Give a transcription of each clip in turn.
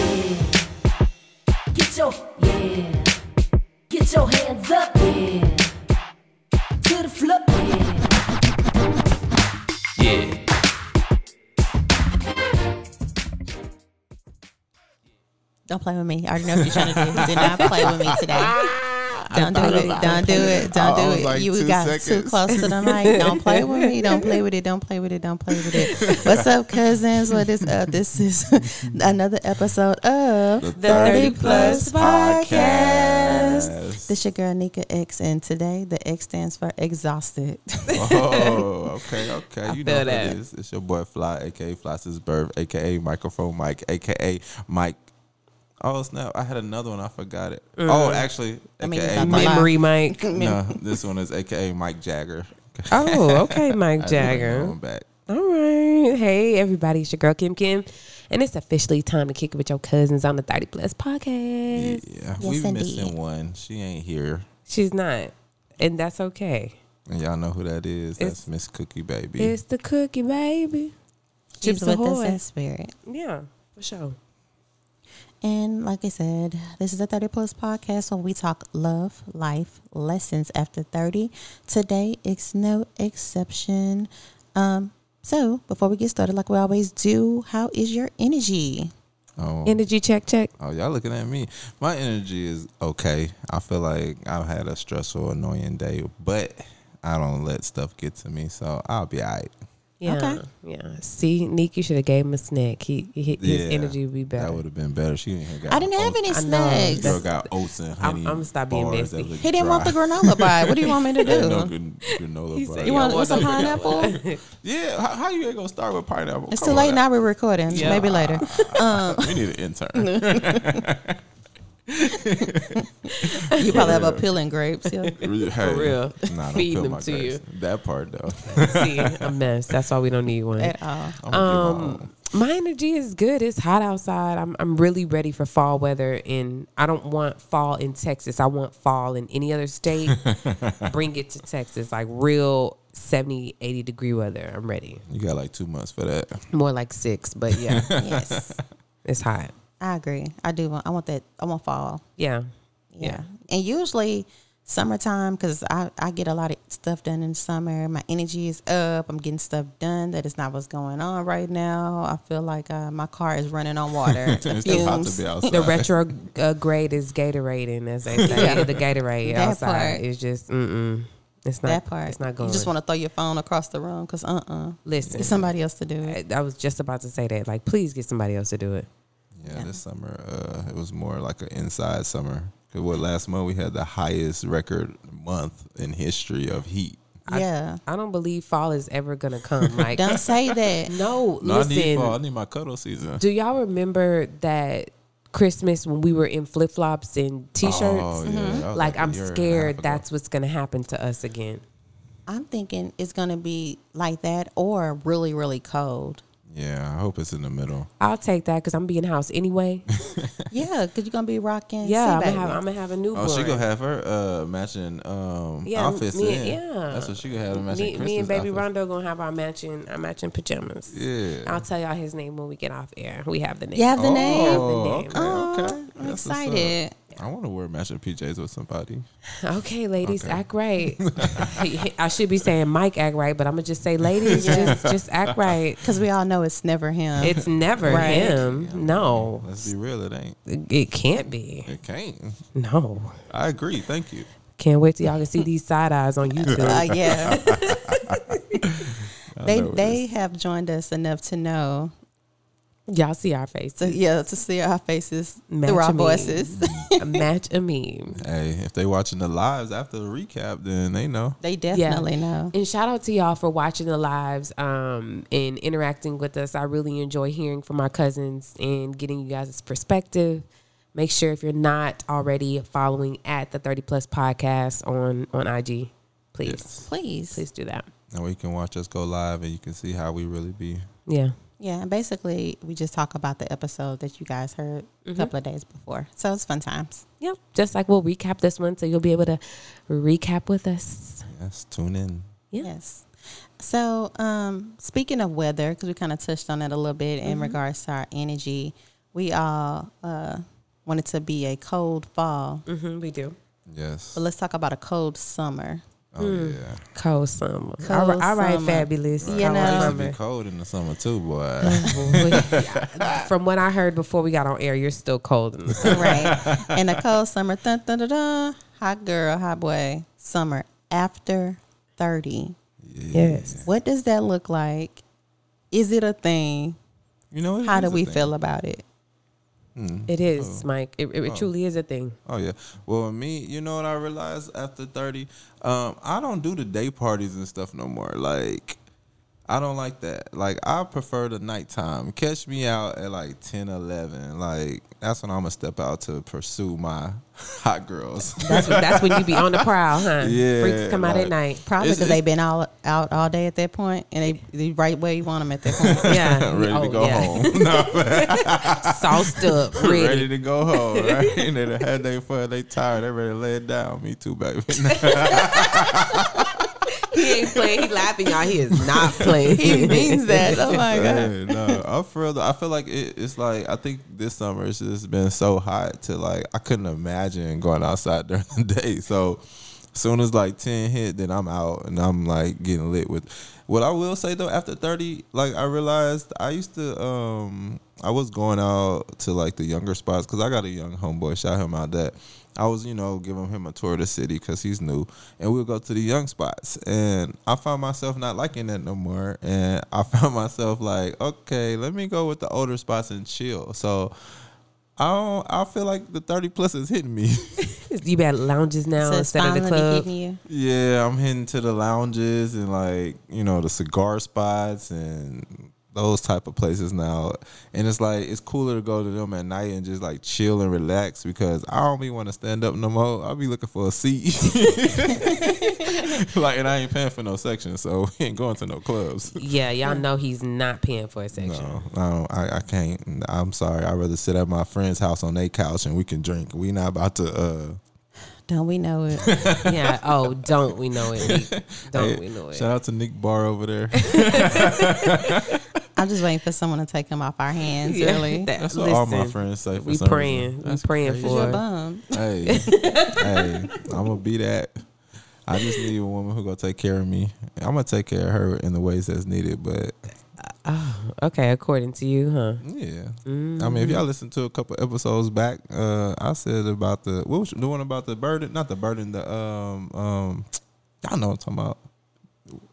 yeah. Get your, yeah. Get your hands up, yeah. To the floor, yeah. Yeah. Don't play with me. I already know what you're trying to do. Do not play with me today. Don't do it. Don't do it. I Don't do was it. like you two got too seconds. close to the mic. Don't play with me. Don't play with it. Don't play with it. Don't play with it. What's up, cousins? What is up? This is another episode of The 30 Plus Podcast. Podcast. This your girl Nika X, and today the X stands for exhausted. Oh, okay, okay. You know feel what that. it is. It's your boy Fly, aka Floss's Birth, aka Microphone Mike, aka Mike. Oh snap! I had another one. I forgot it. Oh, actually, Mm. I mean, aka it's Mike. Memory Mike. No, this one is aka Mike Jagger. Oh, okay, Mike I Jagger. Going back. All right. Hey, everybody. It's your girl, Kim Kim. And it's officially time to kick it with your cousins on the 30 Plus podcast. Yeah, we indeed. missing one. She ain't here, She's not. And that's okay. and y'all know who that is. It's- That's Miss Cookie Baby. It's the cookie, baby. She's Chips with us Ahoy. in spirit. Yeah, for sure. And like I said, this is the 30 Plus podcast where we talk love, life, lessons after 30. Today, it's no exception. Um, so, before we get started, like we always do, how is your energy? oh. Energy check, check. Oh, y'all looking at me. My energy is okay. I feel like I've had a stressful, annoying day, but I don't let stuff get to me, so I'll be all right. Yeah. Okay. Yeah. See, Nick, you should have gave him a snack. He, he his Yeah, energy would be better. That would have been better. She didn't got I didn't have oats- any I know. snacks. Girl got oats and I'm- honey. I'ma stop being bars messy. that look He didn't want the dry. granola bar. What do you want me to do? no gran- granola bar. you want, want some pineapple? yeah, how, how you ain't gonna start with pineapple? It's Come too on late now. Uh. We're recording. Yeah. Maybe later. We need an intern. You probably have a pill and grapes. Yeah. hey, real. Nah, don't Feeding feel them my to grace. you. That part though. See, a mess. That's why we don't need one. At all. I'm gonna give my own. Um, my energy is good. It's hot outside. I'm I'm really ready for fall weather, and I don't want fall in Texas. I want fall in any other state. Bring it to Texas, like real 70, 80 degree weather. I'm ready. you got like two months for that. More like six, but yeah, Yes. it's hot. I agree. I do want, I want that. I want fall. Yeah, yeah. And usually summertime, because I, I get a lot of stuff done in summer. My energy is up. I'm getting stuff done. That is not what's going on right now. I feel like uh, my car is running on water. The It's too hot fumes. to be outside. The retrograde is Gatorading, as they say. Yeah. The Gatorade That outside part. is just mm mm. It's not. that part. It's not going. You just want to throw your phone across the room because uh uh listen. It's somebody else to do it. I, I was just about to say that. Like, please get somebody else to do it. Yeah, this summer uh, it was more like an inside summer. 'Cause what last month we had the highest record month in history of heat. yeah. I don't believe fall is ever gonna come. Like, eh, Don't say that. no, No, I need fall. I listen. need my cuddle season. Do y'all remember that Christmas when we were in flip flops and t shirts? Oh, Mm-hmm. yeah, that was Like, a I'm year and a half scared ago. that's what's gonna happen to us again. I'm thinking it's going to be like that or really, really cold. yeah. I hope it's in the middle. I'll take that because I'm being house anyway. Yeah, because you're going to be rocking. Yeah, I'm sea gonna, have, babies. I'm gonna have a newborn. Oh, she gonna have her uh, matching um, Yeah, outfits. me- in. yeah. that's what she gonna have. Matching me, Christmas me and baby outfits. Rondo gonna have our matching our matching pajamas. Yeah. I'll tell y'all his name when we get off air. We have the name. You have the oh, name. okay, the Oh, okay. Aw, That's I'm what's up. excited. I want to wear matching PJs with somebody. Okay, ladies, act right. I should be saying Mike act right, but I'm gonna just say ladies, just just act right. Because we all know it's never him. It's never Right. him. No, Let's be real, it ain't. it can't be. It can't. No, I agree. Thank you. can't wait till y'all can see these side eyes on YouTube. uh, yeah. they know it they have joined us enough to know Y'all see our faces. to yeah to see our faces Mm. Match through our me. voices. A match a meme. Hey, if they watching the lives after the recap, then they know. they definitely know. And shout out to y'all for watching the lives um, and interacting with us. I really enjoy hearing from our cousins and getting you guys' perspective. Make sure if you're not already following at the 30 Plus Podcast on, on IG, please, Please, please do that. And we can watch us go live and you can see how we really be. Yeah. yeah. And basically, we just talk about the episode that you guys heard Mm-hmm. a couple of days before. So it's fun times. Yep. Just like we'll recap this one so you'll be able to recap with us. Yes, tune in. Yeah. Yes. Mm-hmm. So, um, speaking of weather, because we kind of touched on it a little bit in regards to our energy, we all uh, want it to be a cold fall, Mm-hmm, we do. Yes. Mm. but let's talk about a cold summer. Oh hmm. yeah. Cold summer. Cold all right, all right summer. fabulous. You Cold know. It Used used to be cold in the summer too, boy. Hmm. From what I heard before we got on air, you're still cold in the summer. right. And a cold summer, dun, dun, dun, dun, hot girl, hot boy, summer after 30. Yes. What does that look like? Is it a thing? You know it How is do a we thing. feel about it? It is, Mike. It, it, it truly is a thing. Oh yeah. Well, with me, you know what I realized after thirty, um, I don't do the day parties and stuff no more. Like, I don't like that. Like, I prefer the nighttime. Catch me out at like 10, 11. Like, that's when I'm gonna step out to pursue my hot girls. That's, when- that's when you be on the prowl, huh? Yeah, Freaks come out like- at night. Probably It's- because they've been all out all day at that point, and they they right where you want them at that point. Yeah. ready Oh, to go yeah. home. No, Sauced up, ready. ready. to go home. Right? they done had their fun. They tired. They ready to lay it down. Me too, baby. He ain't playing. He laughing, y'all. He is not playing. he means that. Oh my god. Yeah, no, I'm for real. though. I feel like it, it's like I think this summer it's just been so hot to like I couldn't imagine going outside during the day. So soon as like ten hit, then I'm out and I'm like getting lit with. What I will say though, after thirty, like I realized I used to um I was going out to like the younger spots because I got a young homeboy. Shout him out that. I was, you know, giving him a tour of the city because he's new, and we'll go to the young spots. And I found myself not liking that no more, and I found myself like, okay, let me go with the older spots and chill. So I don't, I feel like the thirty plus is hitting me. You got lounges now So it's instead of the finally club. getting you. yeah, I'm hitting to the lounges and like you know the cigar spots and those type of places now. And it's like it's cooler to go to them at night and just like chill and relax because I don't be want to stand up no more. I'll be looking for a seat. like and I ain't paying for no section, so we ain't going to no clubs. Yeah, y'all know he's not paying for a section. No, I don't. I, I can't. I'm sorry. I'd rather sit at my friend's house on their couch and we can drink. We not about to. uh Don't we know it? Yeah. Oh, don't we know it? Nick. Don't hey, Oh, we know it? Shout out to Nick Barr over there. I'm just waiting for someone to take them off our hands. Yeah, Really, that- That's what all my listen, friends say. For We some praying. reason. We That's praying crazy. It's your for. bum. Hey, hey, I'm gonna be that. I just need a woman who gonna take care of me. I'm gonna take care of her in the ways that's needed. But Okay, according to you, huh? yeah, I mean, if Mm. y'all listen to a couple episodes back, uh, I said about the what was the one about the burden, not the burden, the um um, y'all know what I'm talking about.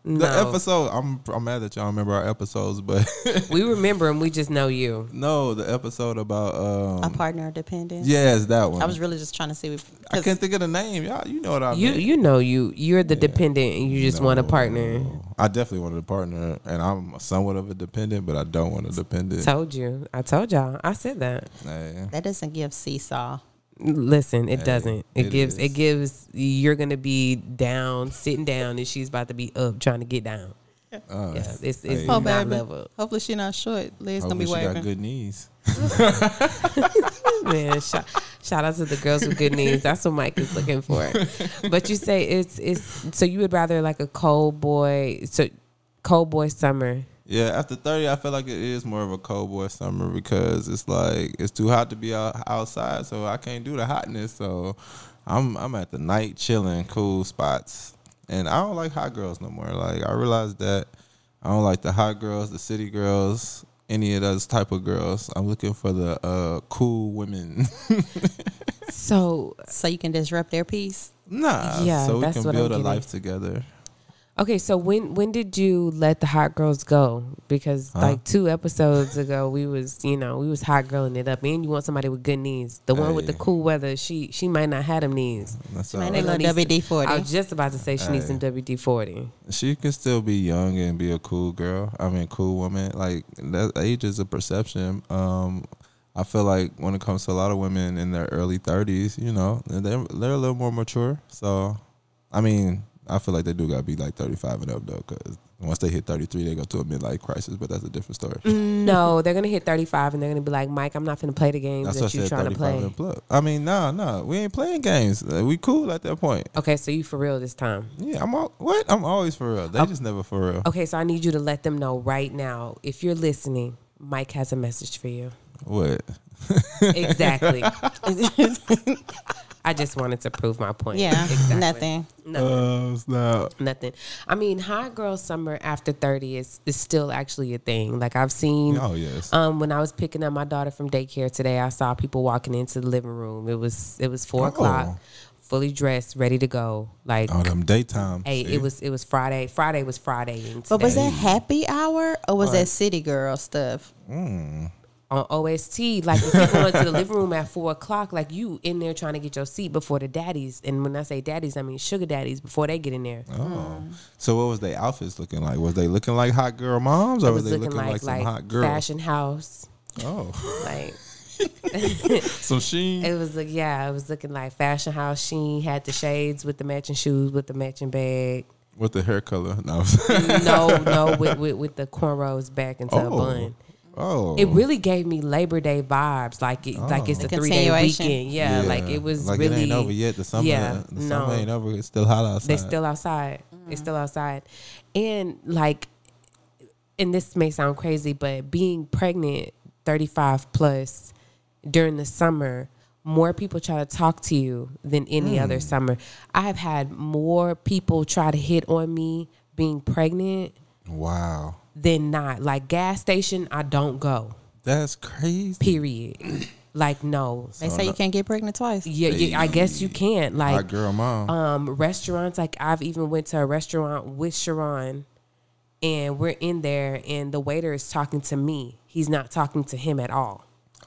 The No, episode. I'm I'm mad that y'all remember our episodes, but we remember him. We just know you. no, the episode about A um. partner dependent. Yes, that one. I was really just trying to see. If, I can't think of the name. Y'all, you know what I You mean. you know you. You're the dependent, and you just want a partner. I definitely wanted a partner, and I'm somewhat of a dependent, but I don't want a dependent. Told you. I told y'all. I said that. Hey, that doesn't give seesaw. Listen, it doesn't. It, it gives. It is. gives. You're gonna be down, sitting down, and she's about to be up, trying to get down. uh, Yeah, it's it's Hey. Oh, not baby. level. Hopefully, she not short. Legs gonna hopefully be she got waving. good knees. Man, shout, shout out to the girls with good knees. That's what Mike is looking for. But you say it's it's so you would rather like a cold boy so cold boy summer. Yeah, after thirty, I feel like it is more of a cold boy summer because it's like it's too hot to be out, outside, so I can't do the hotness. So I'm I'm at the night chilling, cool spots, and I don't like hot girls no more. Like I realized that I don't like the hot girls, the city girls, any of those type of girls. I'm looking for the uh, cool women. So so you can disrupt their peace. Nah. Yeah, So we that's can what I'm build a getting. life together. okay, so when when did you let the hot girls go? Because Huh? like two episodes ago we was, you know, we was hot girling it up and you want somebody with good knees. The one with the Hey. cool weather, she she might not have them knees. That's Man, all. they right. love At least- WD forty. I was just about to say she needs Hey. some WD forty. She can still be young and be a cool girl. I mean, cool woman. Like that age is a perception. Um, I feel like when it comes to a lot of women in their early thirties, you know, they're they're a little more mature. So, I mean, I feel like they do gotta be like thirty five and up though, because once they hit thirty three, they go to a midlife crisis. But that's a different story. No, they're gonna hit thirty five and they're gonna be like, Mike, I'm not gonna play the games That's that what I you're said. trying Thirty to play. five and plus. I mean, nah, nah, we ain't playing games. Uh, We cool at that point. Okay, so you for real this time. Yeah, I'm all what? I'm always for real. They just never for real. Okay, so I need you to let them know right now if you're listening, Mike has a message for you. What? Exactly. I just wanted to prove my point. Yeah, Exactly. nothing. Nothing. Oh snap! Nothing. I mean, hot girl summer after 30 is, is still actually a thing. Like I've seen Oh yes. um when I was picking up my daughter from daycare today, I saw people walking into the living room. It was it was four Oh. o'clock, fully dressed, ready to go. Like Oh, them daytime. hey, it was it was Friday. Friday was Friday and But was today. that happy hour or was that city girl stuff? on OST, like if you go into the living room at four o'clock, like you in there trying to get your seat before the daddies. And when I say daddies, I mean sugar daddies before they get in there. Oh. mm. So what was their outfits looking like? Was they looking like hot girl moms, or It was, was they looking looking, like, like some like hot girls? fashion house. Oh, Like some sheen. It was like yeah, it was looking like fashion house. She had the shades with the matching shoes with the matching bag. With the hair color. No. No, no, with with, with the cornrows back into a Oh. bun. oh. It really gave me Labor Day vibes, like it, like it's a three day continuation. weekend. Yeah, like it was Like really it ain't over yet. The summer, yeah, the summer no. ain't over. It's still hot outside. They still outside. They still outside, and like, and this may sound crazy, but being pregnant, thirty five plus, during the summer, more people try to talk to you than any other Mm. summer. I have had more people try to hit on me being pregnant Wow, than not. Like gas station, I don't go. that's crazy. Period. like no. They say you can't get pregnant twice. Yeah, yeah, I guess you can't. Like hot girl mom. um, restaurants. Like I've even went to a restaurant with Sharon, and we're in there, and the waiter is talking to me. He's not talking to him at all.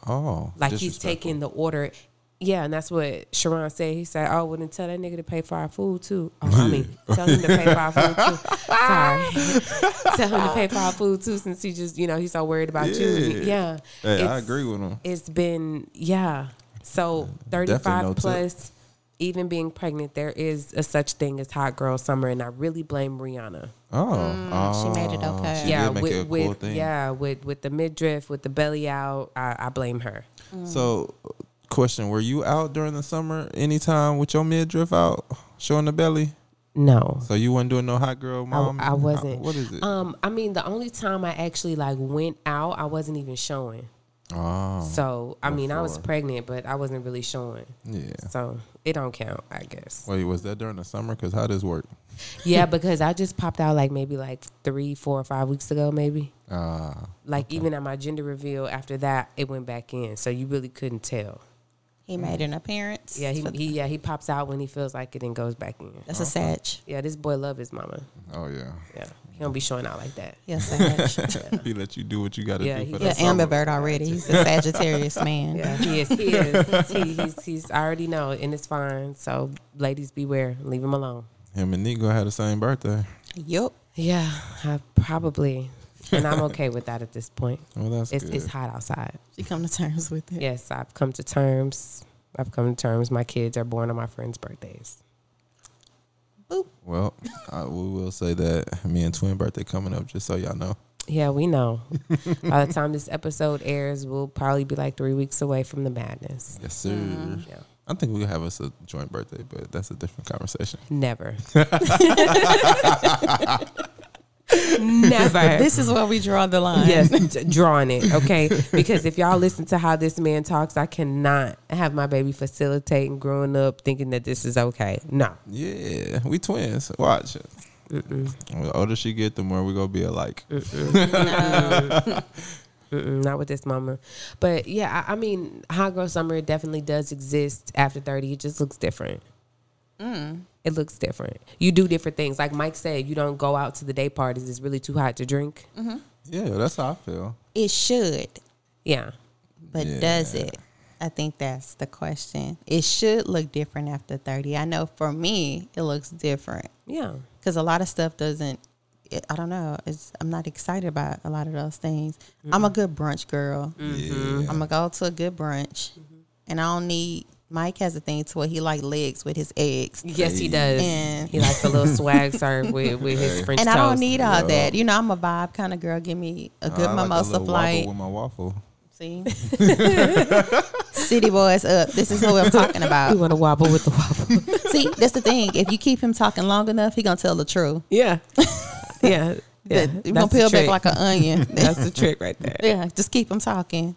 oh, Like he's taking the order. Yeah, and that's what Sharon said. He said, "Oh, well, then tell that nigga to pay for our food too." Oh, I mean, tell him to pay for our food too. Sorry, tell him to pay for our food too, since he just, you know, he's so worried about you. Yeah. Yeah, Hey, I It's- agree with him. it's been yeah so 35 no tip. plus even being pregnant there is a such thing as hot girl summer and i really blame rihanna Oh, mm, she made it oh, okay. She yeah did make with, it a cool with thing. yeah with with the midriff with the belly out i, I blame her So, question: Were you out during the summer anytime with your midriff out, showing the belly? no So you wasn't doing no hot girl mom. I wasn't. What is it? um i mean the only time i actually like went out i wasn't even showing oh, so i mean i was before. pregnant but i wasn't really showing yeah. so it don't count i guess Wait, was that during the summer? Cause how does work? yeah because i just popped out like maybe like three four or five weeks ago maybe Uh, Like even at my gender reveal, after that it went back in, so you really couldn't tell. He made an appearance. Yeah, he, for- he yeah he pops out when he feels like it and goes back in. that's a Sag. Yeah, this boy love his mama. oh yeah. Yeah, he don't be showing out like that. Yeah, Sag. he let you do what you got to Yeah, do he for yeah, that. summer. Amber already. He's a Sagittarius man. Yeah, he is. He is. he, he's he's I already know, and it's fine. So ladies, beware. Leave him alone. Him and Nico had the same birthday. Yup. Yeah, I probably, and I'm okay with that at this point. Well, Oh, that's It's good. it's hot outside. She come to terms with it. Yes, I've come to terms. I've come to terms. My kids are born on my friends' birthdays. well, I, we will say that me and twin birthday coming up. Just so y'all know. Yeah, we know. By the time this episode airs, we'll probably be like three weeks away from the madness. Yes, sir. Yeah. I think we have us a joint birthday, but that's a different conversation. Never. Never. This is where we draw the line. yes, d- drawing it, okay? Because if y'all listen to how this man talks, I cannot have my baby facilitating growing up thinking that this is okay. No. Yeah, we twins. Watch it. Mm-mm. The older she get, the more we gonna be alike. Mm. Mm-mm, not with this mama. But yeah, I, I mean, hot girl summer definitely does exist after 30. It just looks different. Mm. It looks different. You do different things. Like Mike said, you don't go out to the day parties. It's really too hot to drink. Mm-hmm. Yeah, that's how I feel. It should, Yeah. but does it? I think that's the question. It should look different after 30. I know for me, it looks different Yeah. because a lot of stuff doesn't, it, I don't know. It's, I'm not excited about a lot of those things. I'm a good brunch girl. Mm-hmm. Yeah. Mm-hmm. I'm going to go to a good brunch and I don't need, Mike has a thing to where he like legs with his eggs. Yes, he does. And- he likes a little swag serve with, with his French And toast. I don't need all that. You know, I'm a vibe kind of girl. Give me a good I like a mimosa little wobble flight. with my waffle. See? City boys up. This is who I'm talking You about. want to wobble with the wobble. See, that's the thing. If you keep him talking long enough, he gonna tell the truth. yeah. Yeah. yeah. You're gonna peel back like an onion. That's the trick right there. yeah, just keep him talking.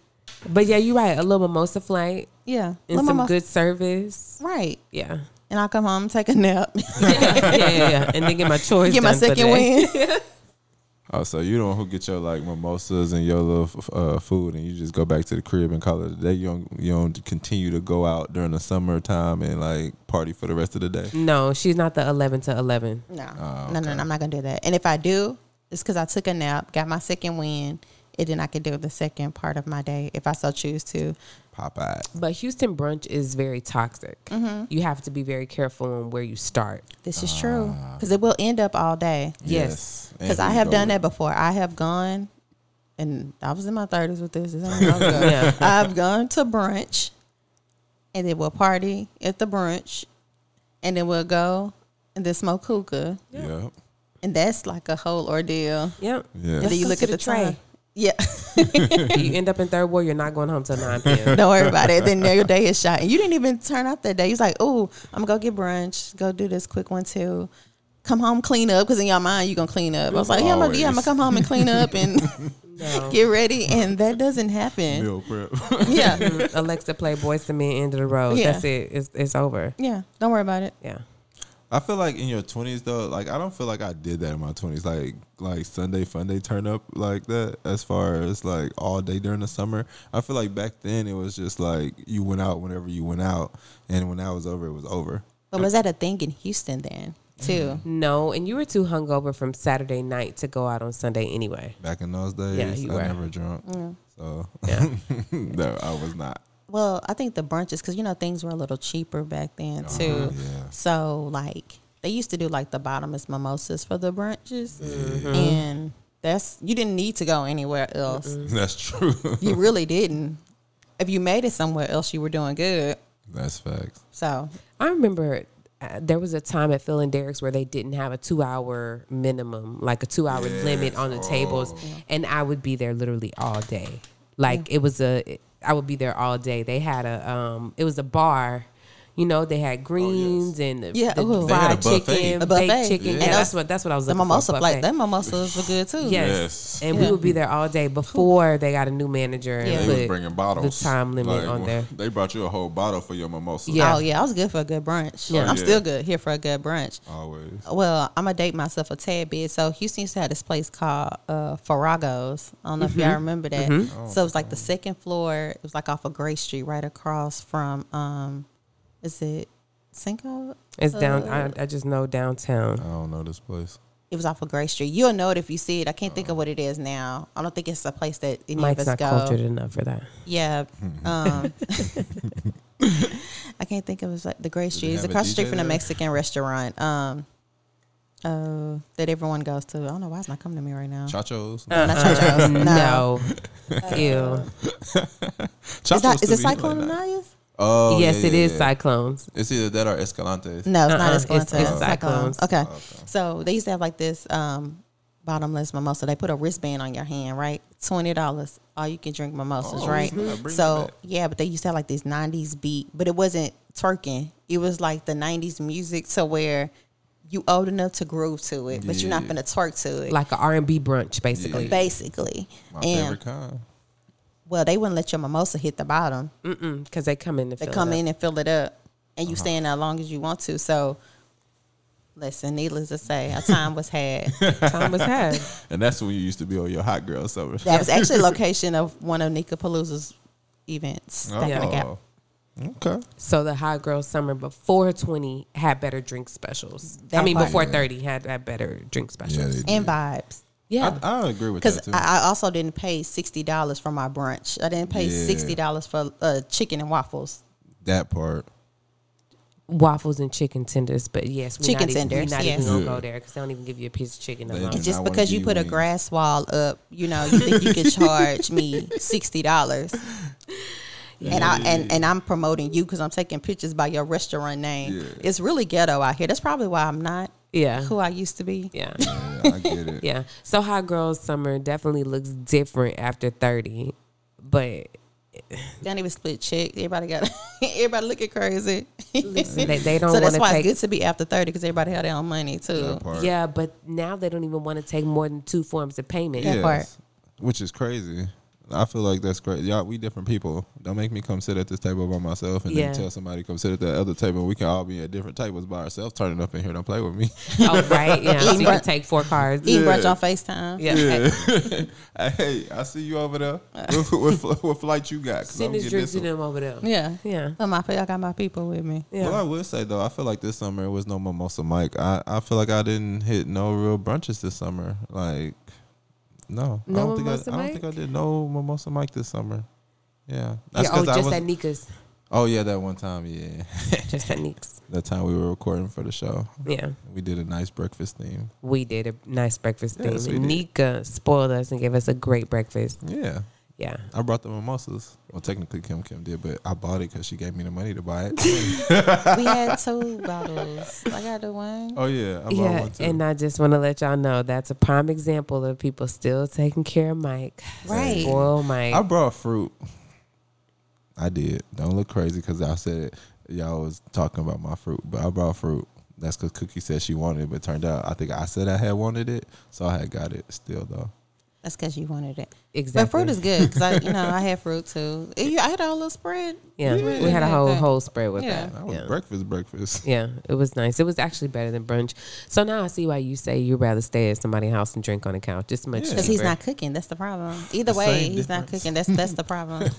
But yeah, you're right. A little mimosa flight Yeah. and Let my some mom- good service. Right. Yeah. And I come home, take a nap, yeah, yeah, yeah. And then get my choice. get my done for the second day. win. Oh, so you don't who get your like mimosas and your little f- uh, food, and you just go back to the crib and call it a day. You don't you don't continue to go out during the summertime and like party for the rest of the day. No, she's not the 11 to 11. No, Oh, no, no, no, I'm not gonna do that. And if I do, it's because I took a nap, got my second win, and then I can do the second part of my day if I so choose to. Popeye. But Houston brunch is very toxic. Mm-hmm. You have to be very careful on where you start. This is true because it will end up all day. Yes. And Because Ah. here I you have go with- done that before. I have gone, and I was in my thirties with this. It's not long ago. Yeah. I've gone to brunch, and then we'll party at the brunch, and then we'll go and then smoke hookah, Yeah. and that's like a whole ordeal. Yep. Yeah. And then you go look to at the, the tray. time. Yeah. you end up in third ward, you're not going home till 9 p.m. Don't worry about it. Then your day is shot. And you didn't even turn out that day. You was like, oh, I'm going to go get brunch, go do this quick one too. Come home, clean up, because in your mind, you're going to clean up. I was like, yeah, I'm going yeah, to Always. come home and clean up and No. get ready. And that doesn't happen. Meal prep. Yeah. Alexa play Boys to Men, end of the road. Yeah. That's it. It's, it's over. Yeah. Don't worry about it. Yeah. I feel like in your twenties though, like I don't feel like I did that in my twenties. Like like Sunday fun day turn up like that as far as like all day during the summer. I feel like back then it was just like you went out whenever you went out and when that was over it was over. But was that a thing in Houston then, too? No, and you were too hungover from Saturday night to go out on Sunday anyway. Back in those days Yeah, you I were. never drunk. So Yeah. no, I was not. Well, I think the brunches, because, you know, things were a little cheaper back then, too. Yeah. So, like, they used to do like the bottomless mimosas for the brunches. And that's, you didn't need to go anywhere else. That's true. You really didn't. If you made it somewhere else, you were doing good. That's facts. So I remember uh, there was a time at Phil and Derek's where they didn't have a two hour minimum, like a two hour limit on the tables, Oh. and I would be there literally all day. Like it was a, I would be there all day. They had a, um, it was a bar. You know, they had greens and the, Oh, Yeah, the ooh. They had a fried buffet. chicken, A baked buffet. chicken. Yeah. And that's what that's what I was the looking mimosa for. a plate, buffet. that mimosas were good too. Yes. Yes. And Yeah. we would be there all day before they got a new manager and Yeah. They put was bringing bottles. the time limit Like, on there. They brought you a whole bottle for your mimosa. Yeah. Oh yeah, I was good for a good brunch. Yeah. I'm Yeah. still good here for a good brunch. Always. Well, I'm gonna date myself a tad bit. So Houston used to have this place called uh, Farrago's. I don't know Mm-hmm. if y'all remember that. Oh, So it was like the second floor. It was like off of Gray Street, right across from um, is it Cinco? It's down. Uh, I, I just know downtown. I don't know this place. It was off of Gray Street. You'll know it if you see it. I can't think of what it is now. I don't think it's a place that any Mike's of us not go. cultured enough for that. Yeah. Mm-hmm. Um, I can't think of it. It's like the Gray Street. It's have a across the street DJ from the there? Mexican restaurant. Um, uh, that everyone goes to. I don't know why it's not coming to me right now. Chachos. Not Chacho's. No. No. Ew. Chachos Is, that, is to it be like Cyclone that. Ananias? Oh, yes, yeah, it yeah, is yeah. cyclones. It's either that or Escalantes. No, it's Uh-uh, not it's- Escalante. It's, it's Cyclones. Cyclones. Okay. So they used to have like this um, bottomless mimosa. They put a wristband on your hand, right? Twenty dollars. All you can drink mimosas, Oh, right? snap. Bring it So back. yeah, but they used to have like this '90s beat, but it wasn't twerking. It was like the '90s music to where you old enough to groove to it, but you're not Yeah. gonna twerk to it, Like an R and B brunch, basically. basically. My and favorite kind. well, they wouldn't let your mimosa hit the bottom. Because they come in. To They come in and fill it up, and Uh-huh. you stay in there as long as you want to. So. Listen, needless to say, a time was had. Time was had. And that's when you used to be on your hot girl summer. That was actually a location of one of Nika Palooza's events. oh. Back in the gap. Okay. So the hot girl summer before twenty had better drink specials. I That mean, part. before thirty had had better drink specials. And vibes. Yeah. I, I agree with Because that too. I, I also didn't pay sixty dollars for my brunch. I didn't pay Yeah. sixty dollars for uh, chicken and waffles. that part. Waffles and chicken tenders, but yes, we're Chicken not even- tenders, We're not yes. even gonna Yeah. go there because they don't even give you a piece of chicken. They alone. do. And I Just wanna because give you you put a wings. grass wall up, you know, you think you could charge me sixty dollars. And I and, and I'm promoting you because I'm taking pictures by your restaurant name. Yeah. It's really ghetto out here. That's probably why I'm not Yeah. who I used to be. Yeah. Yeah, I get it. Yeah. So hot girl summer definitely looks different after thirty, but They don't even split check. Everybody got everybody looking crazy. they, they don't so want that's to why take it's good to be after thirty because everybody had their own money too. That part. Yeah, but now they don't even want to take more than two forms of payment. Yeah. that part. Which is crazy. I feel like that's great. Y'all, we different people. Don't make me come sit at this table by myself and Yeah. then tell somebody to come sit at that other table. We can all be at different tables by ourselves. Turning up in here, don't play with me. Oh, right. Yeah. so you Right. can take four cards. Eating Yeah. brunch on FaceTime. Yeah. hey, I see you over there. what, what, fl- what flight you got? 'Cause I'm Send his getting drinks to this one. them over there. Yeah. Yeah. But my, I got my people with me. Yeah. Well, I will say though, I feel like this summer it was no mimosa Mike. I, I feel like I didn't hit no real brunches this summer. Like, no, No I don't think I, I Mimosa don't think I Mike? did no mimosa Mike this summer. Yeah, Yeah, oh, 'cause I just was- at Nika's. Oh yeah, that one time, yeah, Just at Nika's. that time we were recording for the show, Yeah. we did a nice breakfast theme. We did a nice breakfast thing. Yes, we did. Nika spoiled us and gave us a great breakfast. Yeah, Yeah. I brought the mimosas. Well, technically Kim Kim did, but I bought it because she gave me the money to buy it. We had two bottles. I got the one. oh yeah, I bought yeah. one too. And I just want to let y'all know that's a prime example of people still taking care of Mike. Right. Spoil Mike. I brought fruit. I did. Don't look crazy because I said it. Y'all was talking about my fruit, but I brought fruit. That's because Cookie said she wanted it, but turned out I think I said I had wanted it, so I had got it still though. That's because you wanted it. exactly. But fruit is good because I, you know, I had fruit too. Eh, you- I had a whole little spread. Yeah. You We really had a whole, that. whole spread with Yeah. that. That was yeah. breakfast, breakfast. Yeah, it was nice. It was actually better than brunch. So now I see why you say you'd rather stay at somebody's house and drink on the couch. It's much Yeah. Because cheaper. he's not cooking. That's the problem. Either The way, same he's not difference. cooking. That's that's the problem.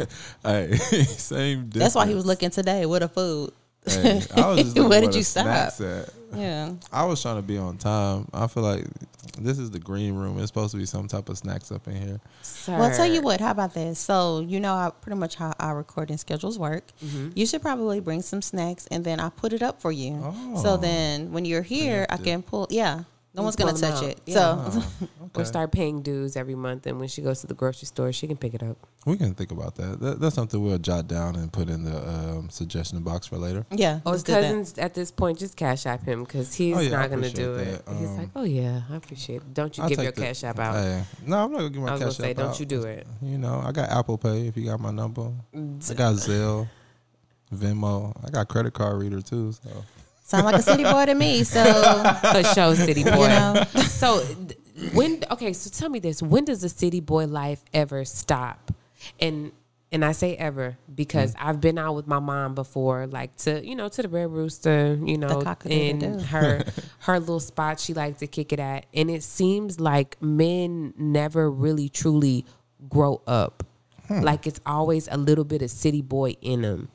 Hey, same. Difference. That's why he was looking today with a food. Hey, I was just looking Where where did the you stop? snacks at. Yeah. I was trying to be on time. I feel like this is the green room. It's supposed to be some type of snacks up in here. Sir. Well, tell you what. How about this? So you know, I, pretty much how our recording schedules work. Mm-hmm. You should probably bring some snacks, and then I'll put it up for you. Oh. So then, when you're here, I can pull. Yeah, no You one's pull gonna them touch out. it. Yeah. So We'll Oh, Okay. start paying dues every month, and when she goes to the grocery store, she can pick it up. We can think about that. that. That's something we'll jot down and put in the um, suggestion box for later. yeah, Or let's do that. cousins at this point, just cash app him because he's Oh, yeah, I not going to do appreciate it. that. he's Um, like, oh yeah, I appreciate it. Don't you I'll give take your the- cash app out. Hey, no, I'm not gonna give my I cash was going app to say, don't out. you do it. You know, I got Apple Pay if you got my number. I got Zelle, Venmo. I got credit card reader too. So Sound like a city boy to me. So For show, city boy. know. So th- when okay, so tell me this: when does the city boy life ever stop? And and I say ever because I've been out with my mom before, like to you know to the Red Rooster, you know, cock-a-doodle-doo. in her her little spot she liked to kick it at, and it seems like men never really truly grow up. Hmm. Like it's always a little bit of city boy in them.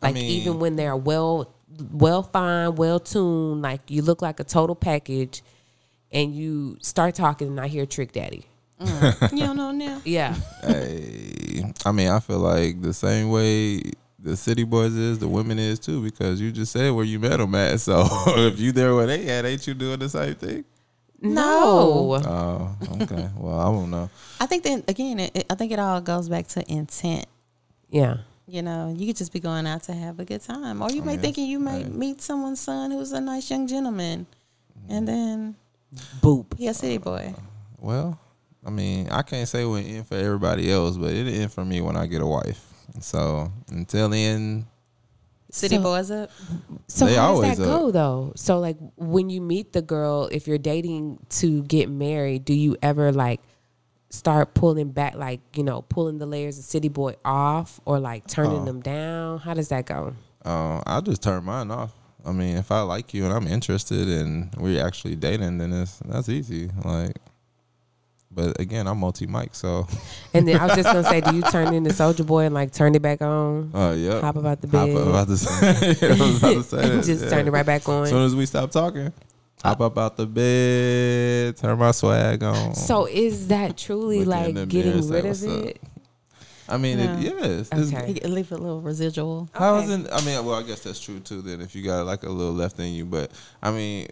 I Like mean- even when they're well, well fine, well tuned, like you look like a total package, and you start talking, and I hear Trick Daddy. you don't know now. Yeah, hey, I mean, I feel like the same way the city boys is, the women is too, because you just said where you met them at. So if you there where they at, ain't you doing the same thing? No. No. Oh, okay. well, I don't know. I think then again, it, it- I think it all goes back to intent. yeah, You know, you could just be going out to have a good time, or you may yeah, thinking you may right. meet someone's son who's a nice young gentleman, and then boop. he a city boy. Well, I mean, I can't say what end for everybody else, but it end for me when I get a wife. So until then, City So- boys up. So They how does always that up. go though? So like when you meet the girl, if you're dating to get married, do you ever like start pulling back, like you know, pulling the layers of city boy off, or like turning Oh. them down? How does that go? Uh, I just turn mine off. I mean, if I like you and I'm interested and we're actually dating, then it's that's easy. Like, but again, I'm multi mic, so And then I was just gonna say, do you turn into Soldier Boy and like turn it back on, uh, yep. hop about the Hop bed, up out the I was about to say and that, just yeah. turn it Uh, right back As on? soon as we stop talking, hop up out the bed, turn my swag on. So is that Look truly in like the mirror, getting say, rid of "What's up?" it? I mean, No. it, yes, it's- Okay. He- Leave a little residual. How Okay. is it? I mean, well, I guess that's true too. Then if you got like a little left in you, but I mean,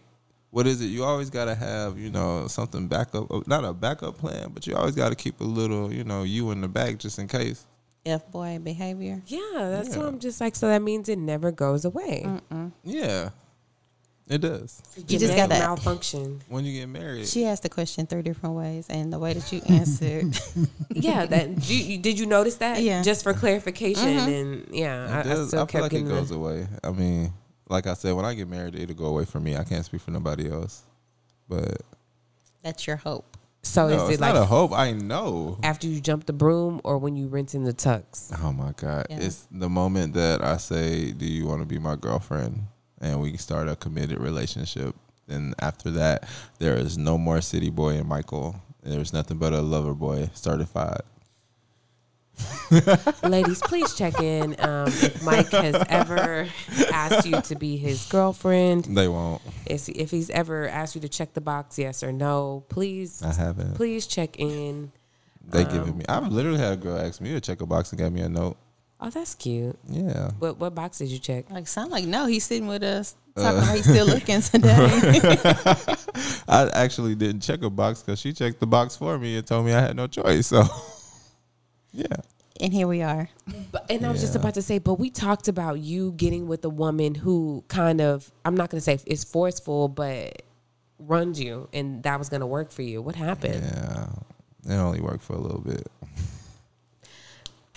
what is it? You always gotta have you know something backup, oh, not a backup plan, but you always gotta keep a little you know you in the back just in case. F boy behavior. Yeah, that's what Yeah. I'm just like. So that means it never goes away. Yeah, it does. Mm. You just Genetic gotta- malfunction. When you get married, She asked the question three different ways, and the way that you answered, yeah, that do you, did you notice that? Yeah. Just for clarification, Mhm. and yeah, it I, I does. I, still kept feel like it getting. goes the, away. I mean, like I said, when I get married, it'll go away for me. I can't speak for nobody else, but that's your hope. So No, is it's it like not a hope. I know. after you jump the broom or when you rinse in the tux? Oh my god! Yeah. It's the moment that I say, "Do you want to be my girlfriend?" and we start a committed relationship. And after that, there is no more city boy and Michael. There's nothing but a lover boy certified. Ladies, please check in um, if Mike has ever asked you to be his girlfriend. They won't. Is- If he's ever asked you to check the box, yes or no, please, I haven't. please check in. They giving me. I've literally had a girl ask me to check a box and gave me a note. Oh, that's cute. Yeah. What what box did you check? Like sound like no, he's sitting with us talking like he's still looking today. I actually didn't check a box because she checked the box for me and told me I had no choice. So, yeah. and here we are. But, and I was just Yeah. about to say, but we talked about you getting with a woman who kind of I'm not going to say is forceful, but runs you, and that was going to work for you. What happened? Yeah. It only worked for a little bit.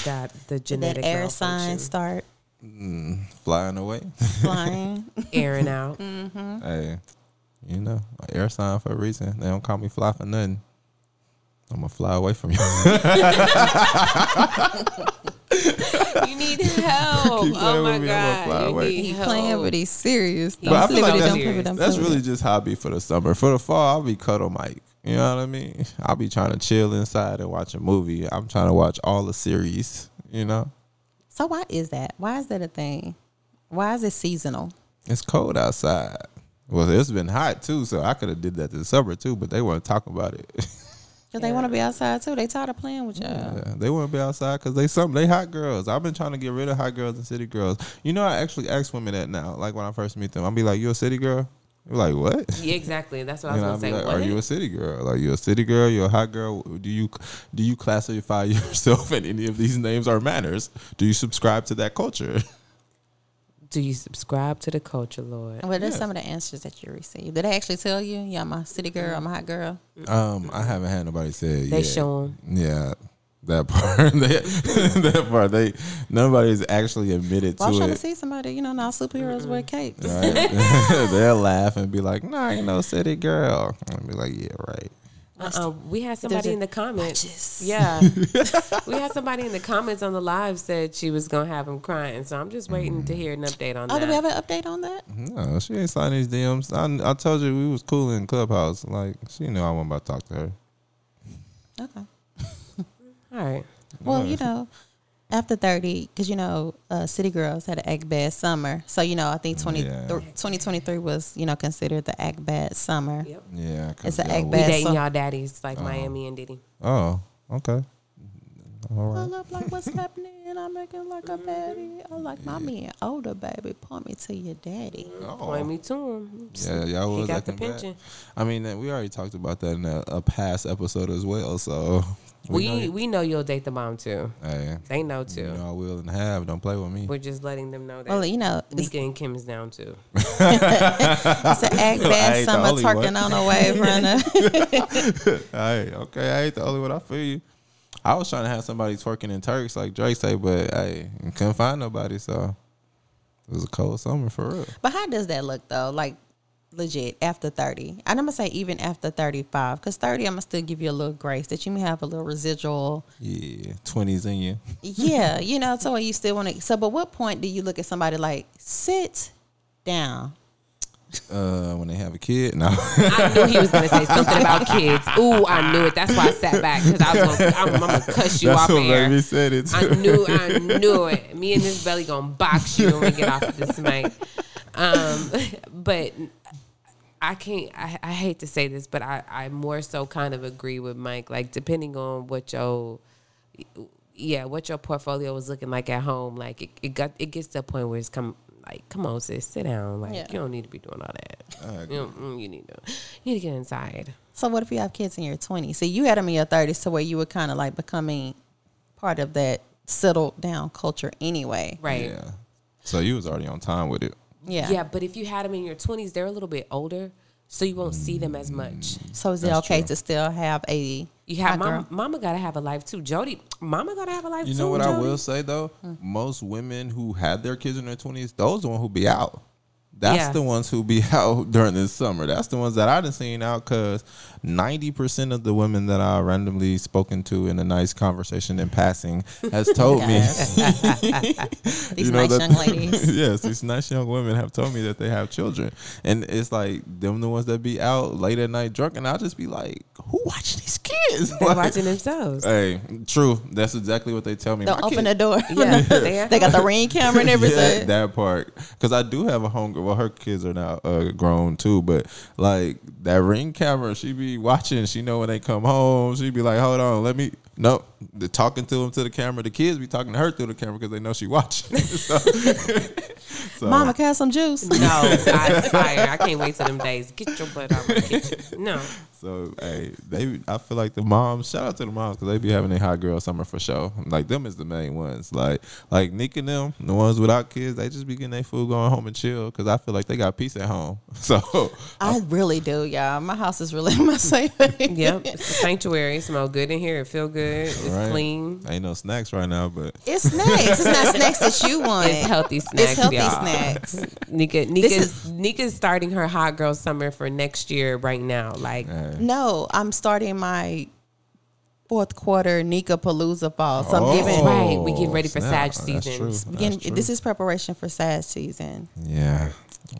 God, the Did genetic that air sign malfunction, start Flying away. flying? airing out. hey, you know, an air sign for a reason. They don't call me fly for nothing. I'm going to fly away from you. you need help. Keep playing oh my with me, I'm gonna fly god, you away. need He help. playing, but he's serious. But I Don't feel flip like it, that's- don't flip it, don't That's flip it. really just hobby for the summer. For the fall, I'll be cuddle Mike. You know what I mean? I'll be trying to chill inside and watch a movie. I'm trying to watch all the series, you know? So why is that? Why is that a thing? Why is it seasonal? It's cold outside. Well, it's been hot too, so I could have did that this summer too, but they weren't talking about it. Because they want to be outside too. They tired of playing with y'all. Yeah, they wouldn't be outside because they some they hot girls. I've been trying to get rid of hot girls and city girls. You know, I actually ask women that now. Like when I first meet them, I'll be like, "You a city girl?" They're like, "What?" Yeah, exactly. That's what I You was know, I'll be going to like, say. what? "Are you a city girl? Are you a city girl? You're a hot girl? Do you do you classify yourself in any of these names or manners? Do you subscribe to that culture?" Do you subscribe to the culture, Lord? Oh, Well, that's some of the answers that you receive. Did they actually tell you, yeah, I'm a city girl, I'm a hot girl? Um, I haven't had nobody say it They yet. show 'em. Yeah. That part, they, that part, they nobody's actually admitted Well, I was to trying it. to see somebody, you know, now superheroes wear capes. Right? They'll laugh and be like, "Nah, ain't no city girl." And be like, "Yeah, right." Uh-uh. We had somebody a- in the comments. Just- Yeah. we had somebody in the comments on the live said she was going to have him crying. So I'm just waiting to hear an update on Oh, that. do we have an update on that? No, she ain't signing these DMs. I, I told you we was cool in clubhouse. Like she knew I wasn't about to talk to her. Mm-hmm. Okay. All right. Well, you know, after 30, because, you know, uh, city girls had an act bad summer. So, you know, I think 20, Yeah. 2023 was, you know, considered the act bad summer. Yep. Yeah, 'cause It's an y'all act was- We Bad dating song. y'all daddies like Miami and Diddy. Oh, okay. All I right. love like what's happening. I'm making like a baby. I like my man older, baby. Point me to your daddy. Point me to Oh. him. Yeah, y'all He was got the acting bad. pension. I mean, uh, we already talked about that in a, a past episode as well. So We know we, you- know you'll date the mom too. hey, They know too. you know I will and have. Don't play with me. We're just letting them know that Well, you know, it's, Nika and Kim is down too. it's an act ain't bad the summer only one. twerking on a wave runner. Hey, okay, I ain't the only one. I feel you. I was trying to have somebody twerking in Turks like Drake say, but hey, couldn't find nobody. So it was a cold summer for real. But how does that look though? Like legit after 30. And I'm gonna say even after 35 cuz 30 I'm gonna still give you a little grace that you may have a little residual. Yeah, twenties in you. Yeah, you know, so you still want to So but what point do you look at somebody like sit down? Uh, when they have a kid, no. I knew he was going to say something about kids. Ooh, I knew it. That's why I sat back because I was gonna, I'm, I'm going to cuss you That's off what air. made me said it. I knew, I knew it. Me and this belly gonna box you when we get off of this mic. Um, but I can't. I, I hate to say this, but I, I more so kind of agree with Mike. Like depending on what your yeah, what your portfolio was looking like at home, like it, it got it gets to a point where it's come like, come on, sis, sit down. Like Yeah. you don't need to be doing all that. You, don't- mm, you need to you need to get inside. So what if you have kids in your 20s? So you had them in your 30s to where you were kind of like becoming part of that settled down culture anyway. Right. Yeah. So you was already on time with it. Yeah. Yeah, but if you had them in your 20s, they're a little bit older, so you won't see them as much. So is it That's okay true. to still have a You have hot girl? mama, mama gotta have a life too. Jody, mama gotta have a life You too. know what I Jody. Hmm. will say though, most women who had their kids in their twenties, those the ones who be out. That's Yeah. the ones who be out during the summer. That's the ones that I done seen out because ninety percent of the women that I randomly spoken to in a nice conversation in passing has told me These you know, nice that- young ladies. yes, these nice young women have told me that they have children, and it's like them the ones that be out late at night drunk, and I'll just be like, "Who watching these kids? They're Like, watching themselves. Hey, true. That's exactly what they tell me. They'll My kid- open the door. Yeah, they are. they got the ring camera and yeah, everything. that part. Because I do have a homegirl. Well, her kids are now uh, grown too, but like that ring camera, she be watching. She know when they come home, she be like, "Hold on, let me." No, the talking to them to the camera. The kids be talking to her through the camera because they know she watching. so, so- Mama, can I have some juice? No, I aspire. I can't wait till them days. Get your butt out of my kitchen. No. So hey, they I feel like the moms. Shout out to the moms because they be having a hot girl summer for sure. Like them is the main ones. Like like Nick and them, the ones without kids, they just be getting their food, going home and chill. Because I feel like they got peace at home. So I really do, y'all. My house is really my safe. Yep. It's a sanctuary. It smell good in here. It feel good. It's right. clean. Ain't no snacks right now, but It's snacks. It's not snacks that you want. It's healthy snacks, It's healthy y'all. snacks. Nika, Nika's, is- Nika's starting her hot girl summer for next year right now. Like, No, I'm starting my fourth quarter Nika Palooza fall. So I'm That's giving. right. We getting ready for snap. Oh, Sag That's season. true. It's Oh, That's Again, true. this is preparation for sad season. yeah.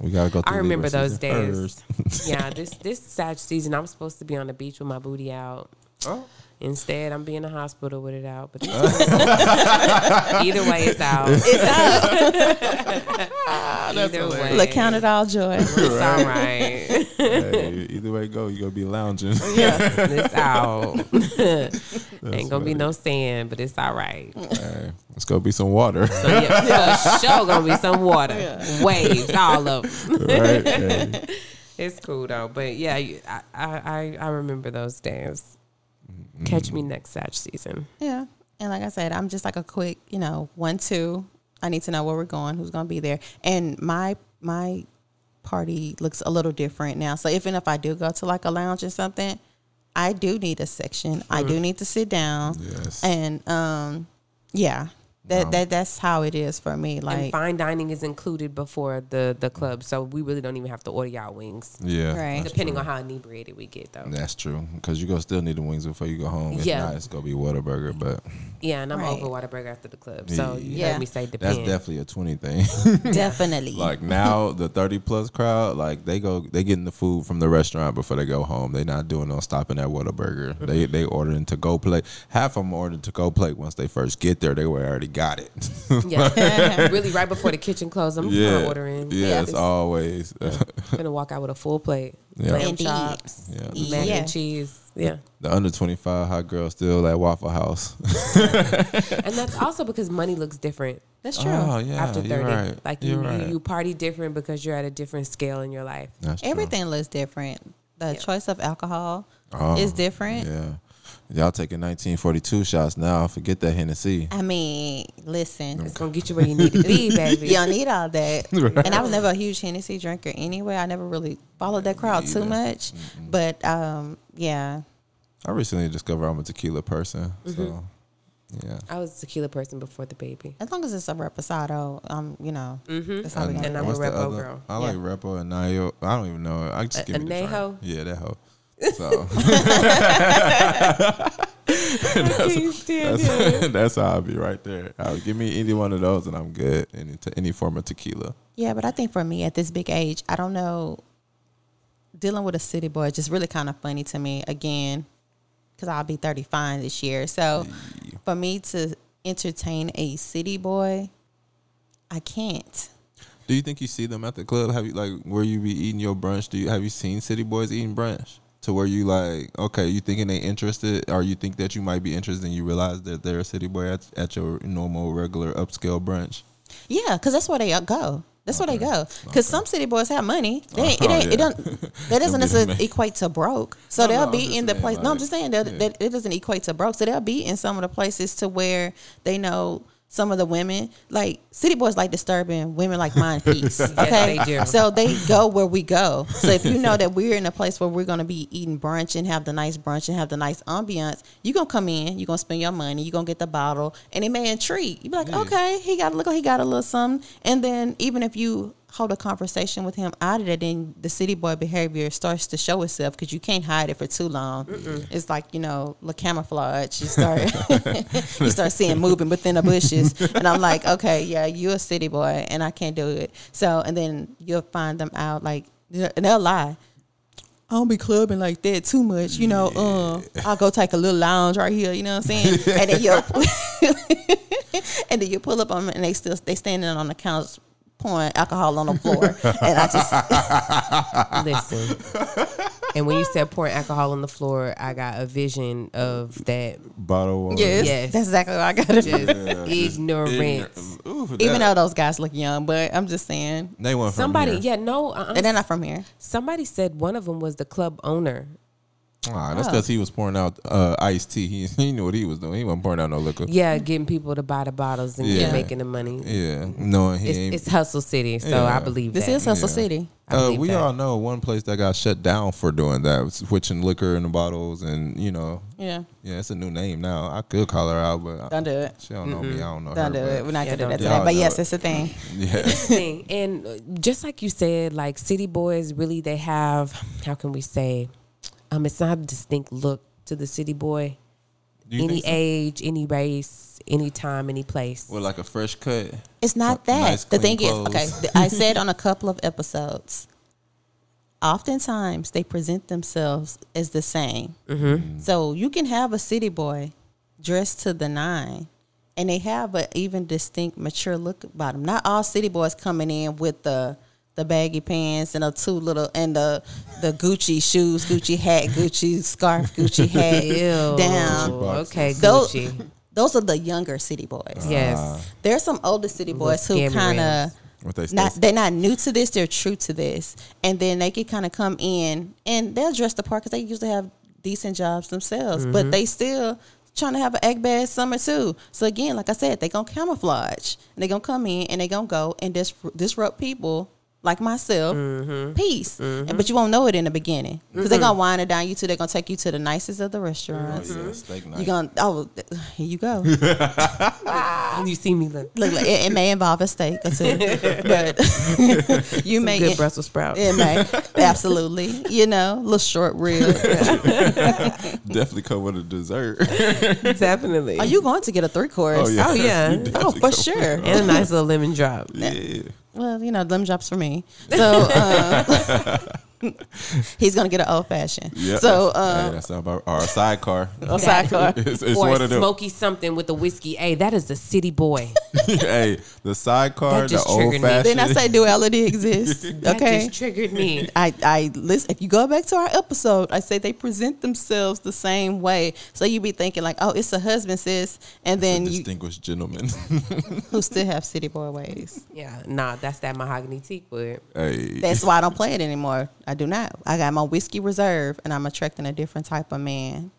We gotta go. Through I remember Libra those season days. yeah, this this Sag season, I'm supposed to be on the beach with my booty out. first. Oh, Instead, I'm being in the hospital with it out. But either way, it's out. either way, Look, count it all joy. It's all right. hey, either way go, you gonna be lounging. It's out. Ain't gonna be no sand, but it's all right. hey, it's gonna be some water. So Mm. yeah, for sure gonna be some water, waves, all of 'em. right? Hey. It's cool though, but yeah, you- I I, I- I remember those days. Catch me next Satch season. Yeah. And like I said, I'm just like a quick, you know, one, two. I need to know where we're going, who's gonna be there. And my my party looks a little different now. So even if I do go to like a lounge or something, I do need a section. I do need to sit down. Yes. And um yeah. That that that's how it is for me. and Like fine dining is included before the the club, so we really don't even have to order y'all wings, Yeah. Right. that's depending true. on how inebriated we get though. Yeah, That's true. Because you're going to still need the wings before you go home. If Yeah. not, it's going to be Whataburger. But and I'm Right. over Whataburger after the club, so you Yeah. heard me say that's depend. definitely a 20 thing. definitely. like now, the 30 plus crowd, like they go, they getting the food from the restaurant before they go home. They not doing no stopping at Whataburger. They they ordering to go plate. Half of them ordering to go plate once they first get there. They were already got it. yeah, really right before the kitchen closes, I'm yeah. ordering. Yeah, it's Just always. gonna walk out with a full plate, Yeah. lamb Indeed. chops, yeah. mac Yeah. and cheese. Yeah, The under 25 hot girl still at Waffle House. and that's also because money looks different. That's true. Oh, yeah. after you're 30 right. like You're you, right. you you party different because you're at a different scale in your life That's true. Everything looks different. The choice of alcohol Oh, is different. Yeah. Y'all taking 1942 shots now. Forget that Hennessy. I mean, listen. it's gonna get you where you need to be baby You don't need all that. And I was never a huge Hennessy drinker anyway. I never really followed that crowd too much. But um, yeah. I recently discovered I'm a tequila person. Mm-hmm. So, yeah. i was a tequila person before the baby As long as it's a reposado, um, you know, that's how we And, gonna And I'm do a it. what's the Repo other- girl. I like Yeah. Repo and Nayo. I don't even know. I just A- give a me the Nayo? drink. Yeah, that hoe. So that's, that's how I'll be right there. I'll give me any one of those and I'm good. Any t- any form of tequila. Yeah, but I think for me at this big age, I don't know. Dealing with a city boy is just really kind of funny to me again, because I'll be 35 this year. So for me to entertain a city boy, I can't. Do you think you see them at the club? Have you like where you be eating your brunch? Do you have you seen city boys eating brunch? To where you like, okay, you thinking they interested, or you think that you might be interested, and you realize that they're a city boy at, at your normal, regular, upscale brunch. Yeah, because that's where they go. That's where they go. Because some city boys have money. They ain't, it Oh, ain't. yeah. It don't. That be doesn't necessarily amazing. equate to broke. So No, no, they'll I'm just be in the saying, place. no, I'm like, just saying that, yeah. that it doesn't equate to broke. So they'll be in some of the places to where they know some of the women. Like city boys like disturbing women like mine peace. Okay, they do. so they go where we go. So if you know that we're in a place where we're gonna be eating brunch and have the nice brunch and have the nice ambiance, you gonna come in. You are gonna spend your money. You are gonna get the bottle, and it may intrigue. You be like, okay, he got a little, he got a little something. And then even if you hold a conversation with him out of it, then the city boy behavior starts to show itself because you can't hide it for too long. It's like you know, the camouflage. You start you start seeing moving within the bushes, and I'm like, okay, yeah, you're a city boy, and I can't do it. So, and then you'll find them out like, and they'll lie. I don't be clubbing like that too much, you know. Um, I'll go take a little lounge right here, you know what I'm saying? and then you'll and then you pull up on them and they still they standing on the couch pouring alcohol on the floor. and I just Listen. and when you said pouring alcohol on the floor, I got a vision of that Bottle water. yes, Yes. that's exactly what I got to do. just ignorance. Ooh, Even that- though those guys look young, but I'm just saying they went from Somebody, here. yeah, no. Uh, and they're not from here. somebody said one of them was the club owner. Aw, Oh. that's because he was pouring out uh, iced tea. He, he knew what he was doing. He wasn't pouring out no liquor. Yeah, Yeah, getting people to buy the bottles and Yeah. making the money. knowing he ain't. It's, it's hustle city, so Yeah. I believe This that. is Hustle Yeah. City. I uh, believe we that. all know one place that got shut down for doing that, switching liquor in the bottles, and you know, Yeah. yeah, it's a new name now. I could call her out, but I, Don't do it. she don't know me. I don't know Don't do her. it. We're not Yeah, gonna do that do today. don't it. But Yeah, yes, no. it's a thing. yeah, thing. And uh, just like you said, like city boys really they have how can we say um it's not a distinct look to the city boy. Do you any think so? age, any race, any time, any place. Well, like a fresh cut. It's not Some that. nice, the clean thing is, okay, clothes. th- I said on a couple of episodes, oftentimes they present themselves as the same. So you can have a city boy dressed to the nine, and they have an even distinct, mature look about them. Not all city boys coming in with the the baggy pants and the two little and the the Gucci shoes, Gucci hat, Gucci scarf, Gucci hat Oh, Ew. down. Okay, Those, Gucci. those are the younger city boys. Ah. yes. There's some older city boys who scammy kind rams. of What they not say. they're not new to this. They're true to this, and then they can kind of come in and they'll dress the part because they usually have decent jobs themselves, Mm-hmm. but they still trying to have an egg bad summer too. So again, like I said, they gonna camouflage and they gonna come in and they gonna go and dis- disrupt people. Like myself, Mm-hmm. peace. And- But you won't know it in the beginning because they're gonna wind it down you to. They're gonna take you to the nicest of the restaurants. yeah, steak You're night. Mm-hmm. gonna oh, here you go. You see me look. Look, like it, it may involve a steak or two, but you may Good Brussels sprouts. it may absolutely, you know, little short rib. Definitely come with a dessert. Definitely. Are you going to get a three course? Oh, yeah. Oh, yeah. You Oh, Oh, definitely for come- sure. and a nice little lemon drop. Yeah. Well, you know, them drops for me. So uh, he's gonna get an old fashioned. Yeah. So hey, um, that's not about our sidecar. a sidecar. it's it's or one a of them. smoky something with the whiskey. Hey, that is the city boy. hey, the sidecar, That the just old triggered me. fashioned. Then I say duality exists. That Okay. just triggered me. I, I listen. If you go back to our episode, I say they present themselves the same way. So you be thinking like, oh, it's a husband, sis, and the then you distinguished gentleman. who still have city boy ways. Yeah, nah, that's that mahogany teakwood. hey, That's why I don't play it anymore. I do not. I got my whiskey reserve, and I'm attracting a different type of man.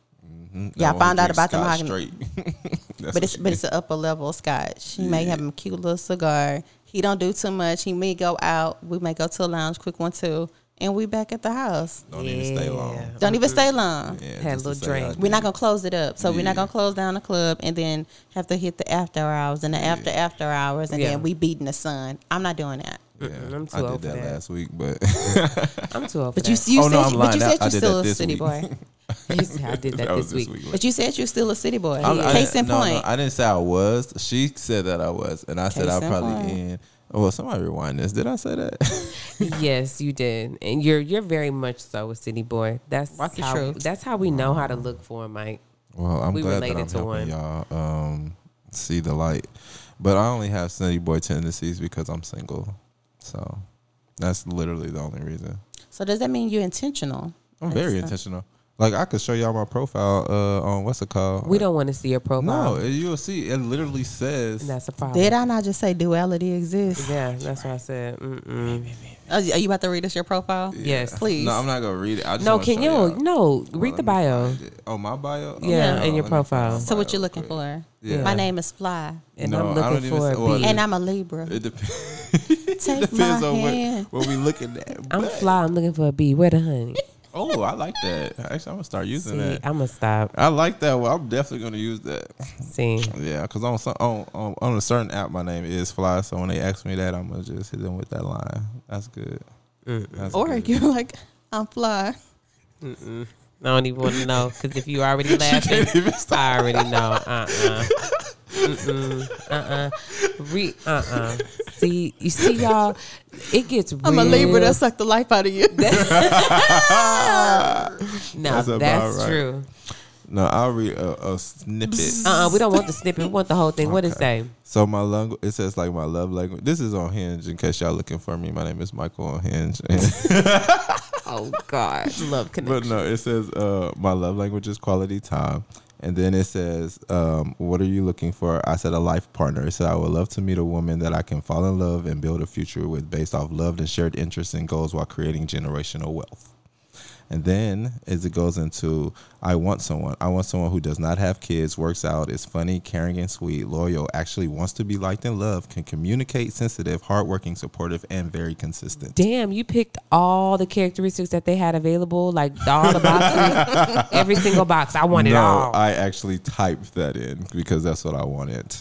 Yeah, I found out about the mahogany, but it's but it's an upper level scotch. He may have a cute little cigar. He don't do too much. He may go out. We may go to a lounge, quick one two, and we back at the house. don't even stay long. Yeah. Don't even stay long. Yeah, just Had a to little say drink. I We're not did. gonna close it up, so we're Yeah. not gonna close down the club and then have to hit the after hours and the after after hours, and Yeah. then we beating the sun. I'm not doing that. Yeah, I'm too I did old for that, that. last week, but I'm too old for But you, that. you Oh, said, no, I'm but you lying. I- said I you're did still that a this city week. boy. You said I did that, was this week. But you said you're still a city boy. I'm- I Case didn't- in no, point. No, I didn't say I was. She said that I was, and I said Case I in probably point. end. Well, somebody rewind this. Did I say that? yes, you did, and you're you're very much so a city boy. That's Walk the how truth. that's how we know how to look for him, Mike. well, I'm We glad that related I'm to helping one. y'all um, see the light. But I only have city boy tendencies because I'm single, so that's literally the only reason. so does that mean you're intentional? I'm very Excellent. intentional. Like I could show y'all my profile uh, on what's it called? We don't want to see your profile. No, you'll see. It literally says. And that's a problem. Did I not just say duality exists? Yeah, that's what I said. Mm-mm. Are you are you about to read us your profile? Yes. Please. No, I'm not gonna read it. I just No, wanna can show you y'all. no Hold read the on, bio? let me find it. Oh, my bio. Oh, Yeah, no, in let your me profile. find my so what you bio looking real quick. for? Yeah. My name is Fly, And No, I'm I looking don't even for a say- well, bee. Yeah. and I'm a Libra. It depends. Take depends my on hand. what, what we looking at. I'm but- fly. I'm looking for a bee. Where the honey? Oh, I like that. Actually, I'm gonna start using See, that. I'm gonna stop. I like that. Well, I'm definitely gonna use that. See, Yeah, because on, some- on on on a certain app, my name is Fly. So when they ask me that, I'm gonna just hit them with that line. That's good. That's Or good. you're like, I'm fly. I don't even want to know because if you already laughing, even I already know. Uh uh-uh. uh. Re uh uh See, you see, y'all, it gets real. I'm a Libra that sucked the life out of you. No, That's that's, about right. true. no, I'll read a, a snippet. Uh uh we don't want the snippet. We want the whole thing. What it say? So my language, it says like my love language. This is on Hinge. In case y'all looking for me, my name is Michael on Hinge. Oh God, love but connection. no, it says uh, my love language is quality time. And then it says, um, what are you looking for? I said a life partner. It said I would love to meet a woman that I can fall in love and build a future with based off love and shared interests and goals while creating generational wealth. And then as it goes into I want someone. I want someone who does not have kids, works out, is funny, caring and sweet, loyal, actually wants to be liked and loved, can communicate, sensitive, hardworking, supportive, and very consistent. Damn, you picked all the characteristics that they had available, like all the boxes, every single box. I want it all. I actually typed that in because that's what I wanted.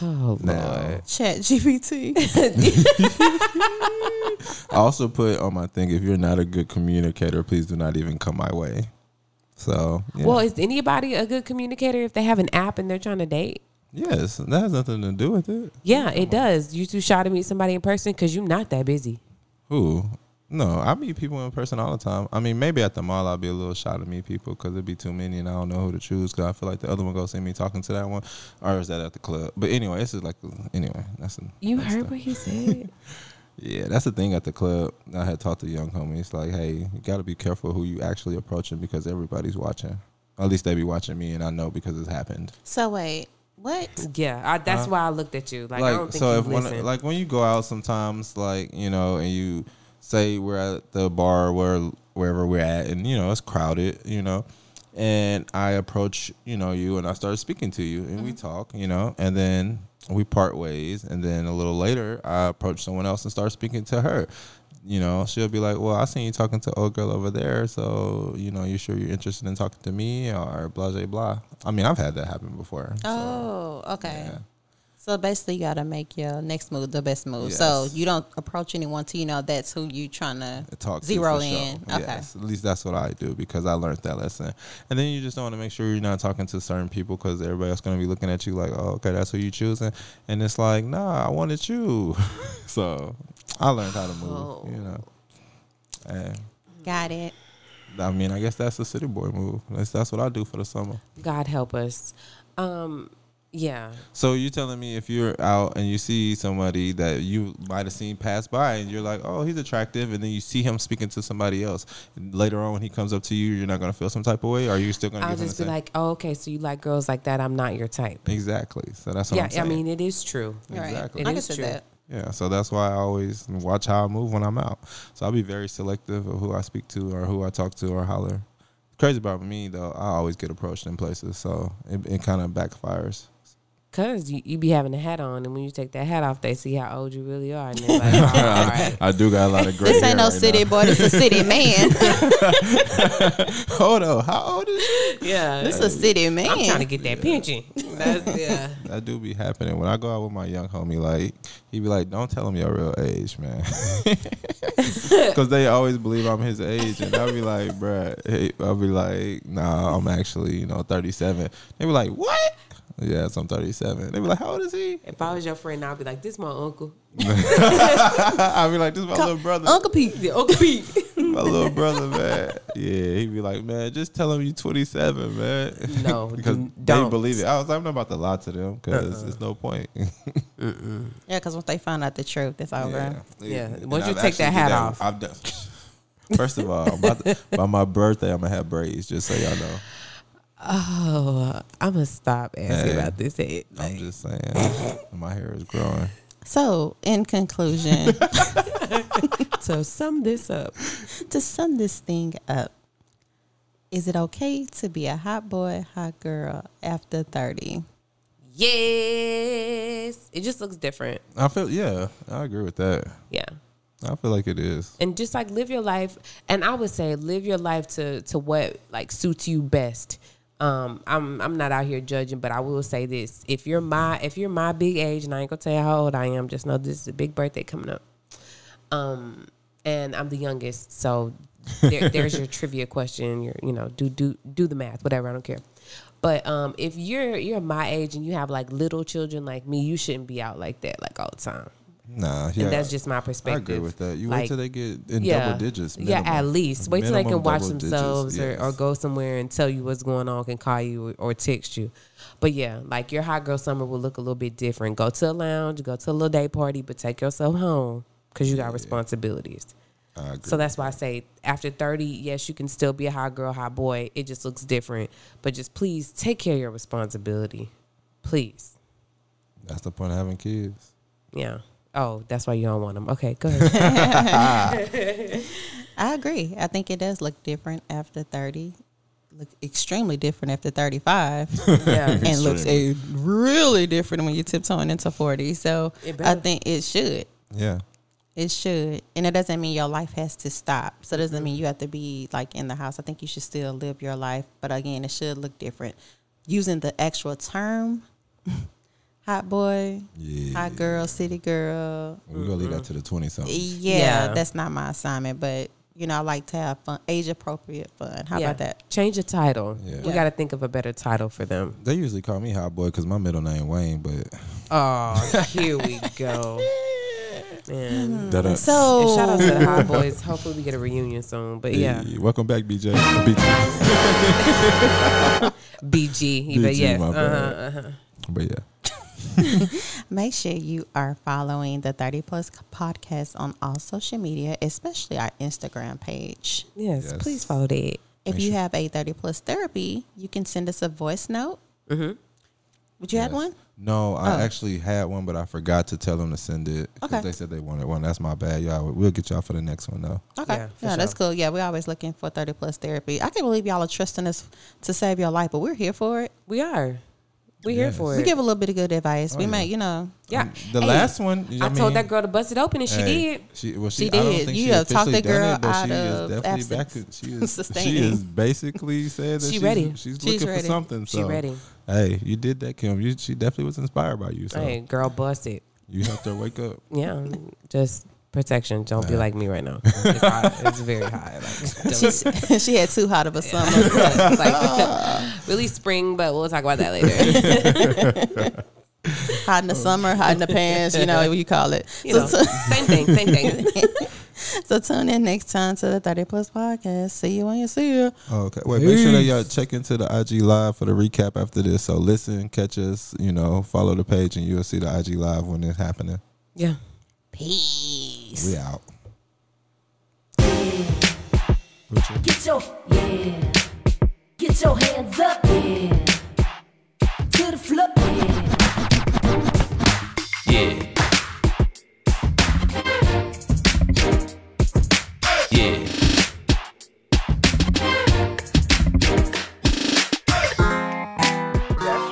oh Now, Chat GPT. I also put on my thing if you're not a good communicator, please do not even come my way. So, yeah. Well, is anybody a good communicator if they have an app and they're trying to date? yes, that has nothing to do with it. Yeah, it does. You too shy to meet somebody in person because you're not that busy. Who? No, I meet people in person all the time. I mean, maybe at the mall, I'll be a little shy to meet people because it'd be too many and I don't know who to choose because I feel like the other one gonna see me talking to that one. Or is that at the club? But anyway, it's just like, anyway, that's a, You that's heard the- what he said. Yeah, that's the thing at the club. I had talked to young homies like, hey, you got to be careful who you actually approaching because everybody's watching. At least they be watching me, and I know because it's happened. so wait, what? yeah, I, that's why I looked at you. Like, I don't think so you if listen. when like when you go out sometimes, like you know, and you say we're at the bar where wherever we're at, and you know it's crowded, you know, and I approach you know you and I start speaking to you, and we Mm-hmm. talk, you know, and then we part ways, and then a little later I approach someone else and start speaking to her. You know, she'll be like, "Well, I seen you talking to old girl over there, so you know, you sure you're interested in talking to me or blah blah blah." I mean, I've had that happen before. so, Oh, okay. yeah. So basically, you gotta make your next move the best move. So Yes. you don't approach anyone till you know that's who you trying to talk to, zero for sure. in. Okay. Yes, at least that's what I do because I learned that lesson. And then you just want to make sure you're not talking to certain people because everybody else going to be looking at you like, oh, okay, that's who you choosing. And it's like, nah, I wanted you. so I learned how to move, Oh. you know. And Got it. I mean, I guess that's the city boy move. That's, that's what I do for the summer. God help us. Um, yeah. So you telling me if you're out and you see somebody that you might have seen pass by and you're like, oh, he's attractive, and then you see him speaking to somebody else. Later on, when he comes up to you, you're not gonna feel some type of way. Or are you still gonna? I'll give him just the be same- like, oh, okay, so you like girls like that. I'm not your type. exactly. So that's what yeah, I'm saying. I mean, it is true. Exactly. Right. It I can is see true. that. yeah. So that's why I always watch how I move when I'm out. So I'll be very selective of who I speak to or who I talk to or holler. Crazy about me though, I always get approached in places, so it, it kind of backfires. Cause you, you be having a hat on, and when you take that hat off, they see how old you really are, and they're like, oh, all right. I do got a lot of gray. This ain't no hair right city now. boy. This a city man. Hold on, how old is you? yeah, this a city man. I'm trying to get that pension. That's, yeah, That do be happening when I go out with my young homie. Like he be like, "Don't tell him your real age, man," because they always believe I'm his age, and I'll be like, "Bruh," hey," I'll be like, "Nah, I'm actually you know 37." They be like, "What?" Yes, I'm 37. They be like, "How old is he?" if I was your friend, I'd be like, this my uncle, I be like, "This is my little brother, oh. Uncle Pete. the Uncle Pete. my little brother, man." Yeah, he be like, "Man, just tell him you 27, man." No, because do- they don't. Uh-uh. believe it. I was, like, I'm not about to lie to them because there's no point. Yeah, because once they find out the truth, it's over. Yeah. And Once you I've take that actually hat did off. I've done. First of all, by, the- by my birthday, I'm gonna have braids. Just so y'all know, Oh, I'm gonna stop asking Hey. about this head. I'm just saying my hair is growing. So, in conclusion, So sum this up. to sum this thing up, is it okay to be a hot boy, hot girl after 30? Yes, it just looks different. I feel yeah, I agree with that. Yeah, I feel like it is. and just like live your life and i would say live your life to to what like suits you best um i'm i'm not out here judging but i will say this if you're my if you're my big age and i ain't gonna tell you how old i am just know this is a big birthday coming up um and i'm the youngest so there, there's your trivia question your you know do do do the math whatever i don't care but um if you're you're my age and you have like little children like me you shouldn't be out like that like all the time Nah, yeah. and that's just my perspective I agree with that. You wait Like, till they get in double digits. yeah, at minimum. least. Wait till they Minimum can watch double digits, themselves yes. or, or go somewhere and tell you what's going on, can call you or, or text you. But yeah, like your hot girl summer will look a little bit different. Go to a lounge, go to a little day party, but take yourself home because you got responsibilities. I agree. So that's why I say after 30, yes, you can still be a hot girl, hot boy. It just looks different. But just please take care of your responsibility. Please. That's the point of having kids. Yeah. Oh, that's why you don't want them. Okay, go ahead. I agree. I think it does look different after 30. Look extremely different after 35 yeah. and looks a really different when you're tiptoeing into 40. So It I better. think it should. Yeah. It should. And it doesn't mean your life has to stop. So it Mm-hmm. doesn't mean you have to be like in the house. I think you should still live your life. But again, it should look different. Using the actual term, hot boy, Yeah. hot girl, city girl. We're going to leave that to the 20 something. Yeah, Yeah. that's not my assignment. But, you know, I like to have fun, age appropriate fun. How Yeah. about that? Change the title. Yeah. We got to think of a better title for them. They usually call me Hot Boy because my middle name Wayne, but Oh, here we go. Man. that uh, And shout out to So, the Hot Boys. Hopefully, we get a reunion soon. But yeah, hey, welcome back, BJ. BJ. BG. but BG, yes. my Uh-huh, bad. uh-huh. But yeah, make sure you are following the 30 Plus podcast on all social media, especially our Instagram page. Yes, Yes. Please follow that. If you have a 30 plus therapy, you can send us a voice note. Mm-hmm. Would you add Yes. one? no, I Oh. actually had one, but I forgot to tell them to send it because Okay. they said they wanted one. That's my bad, y'all. We'll get y'all for the next one though. Okay. Yeah, Yeah, for that's sure. cool. Yeah, we're always looking for 30 plus therapy. I can't believe y'all are trusting us to save your life, but we're here for it. We are. We're here Yes. for We it. give a little bit of good advice. we Oh, yeah. may, you know, yeah. Um, the Hey, last one. I, mean, told that girl to bust it open, and she hey, did. She, well, she, She I don't did. think You she have talked officially done that girl it, but she out is of definitely back. abstinence. She is, she Sustaining. is basically said that She she's ready. She's, She's looking for ready. something. She so, ready. Hey, you did that, Kim. You, she definitely was inspired by you. So Hey, girl, bust it. you helped her wake up. Yeah. Just protection. Don't be like me right now. It's, hot. it's very high. Like, don't- she's, she had too hot of a summer. It's like, really spring, but we'll talk about that later. hot in the summer, hot in the pants, you know, what you call it. Oh. You so, know, same thing, same thing. so tune in next time to the 30 plus podcast. See you when you see you. Oh, Okay. Wait, make sure that y'all check into the IG live for the recap after this. So listen, catch us, you know, follow the page and you'll see the IG live when it's happening. Yeah. Peace. We out. Get your yeah. Get your hands up, yeah. To the floor, yeah. Yeah. Yeah. Yes.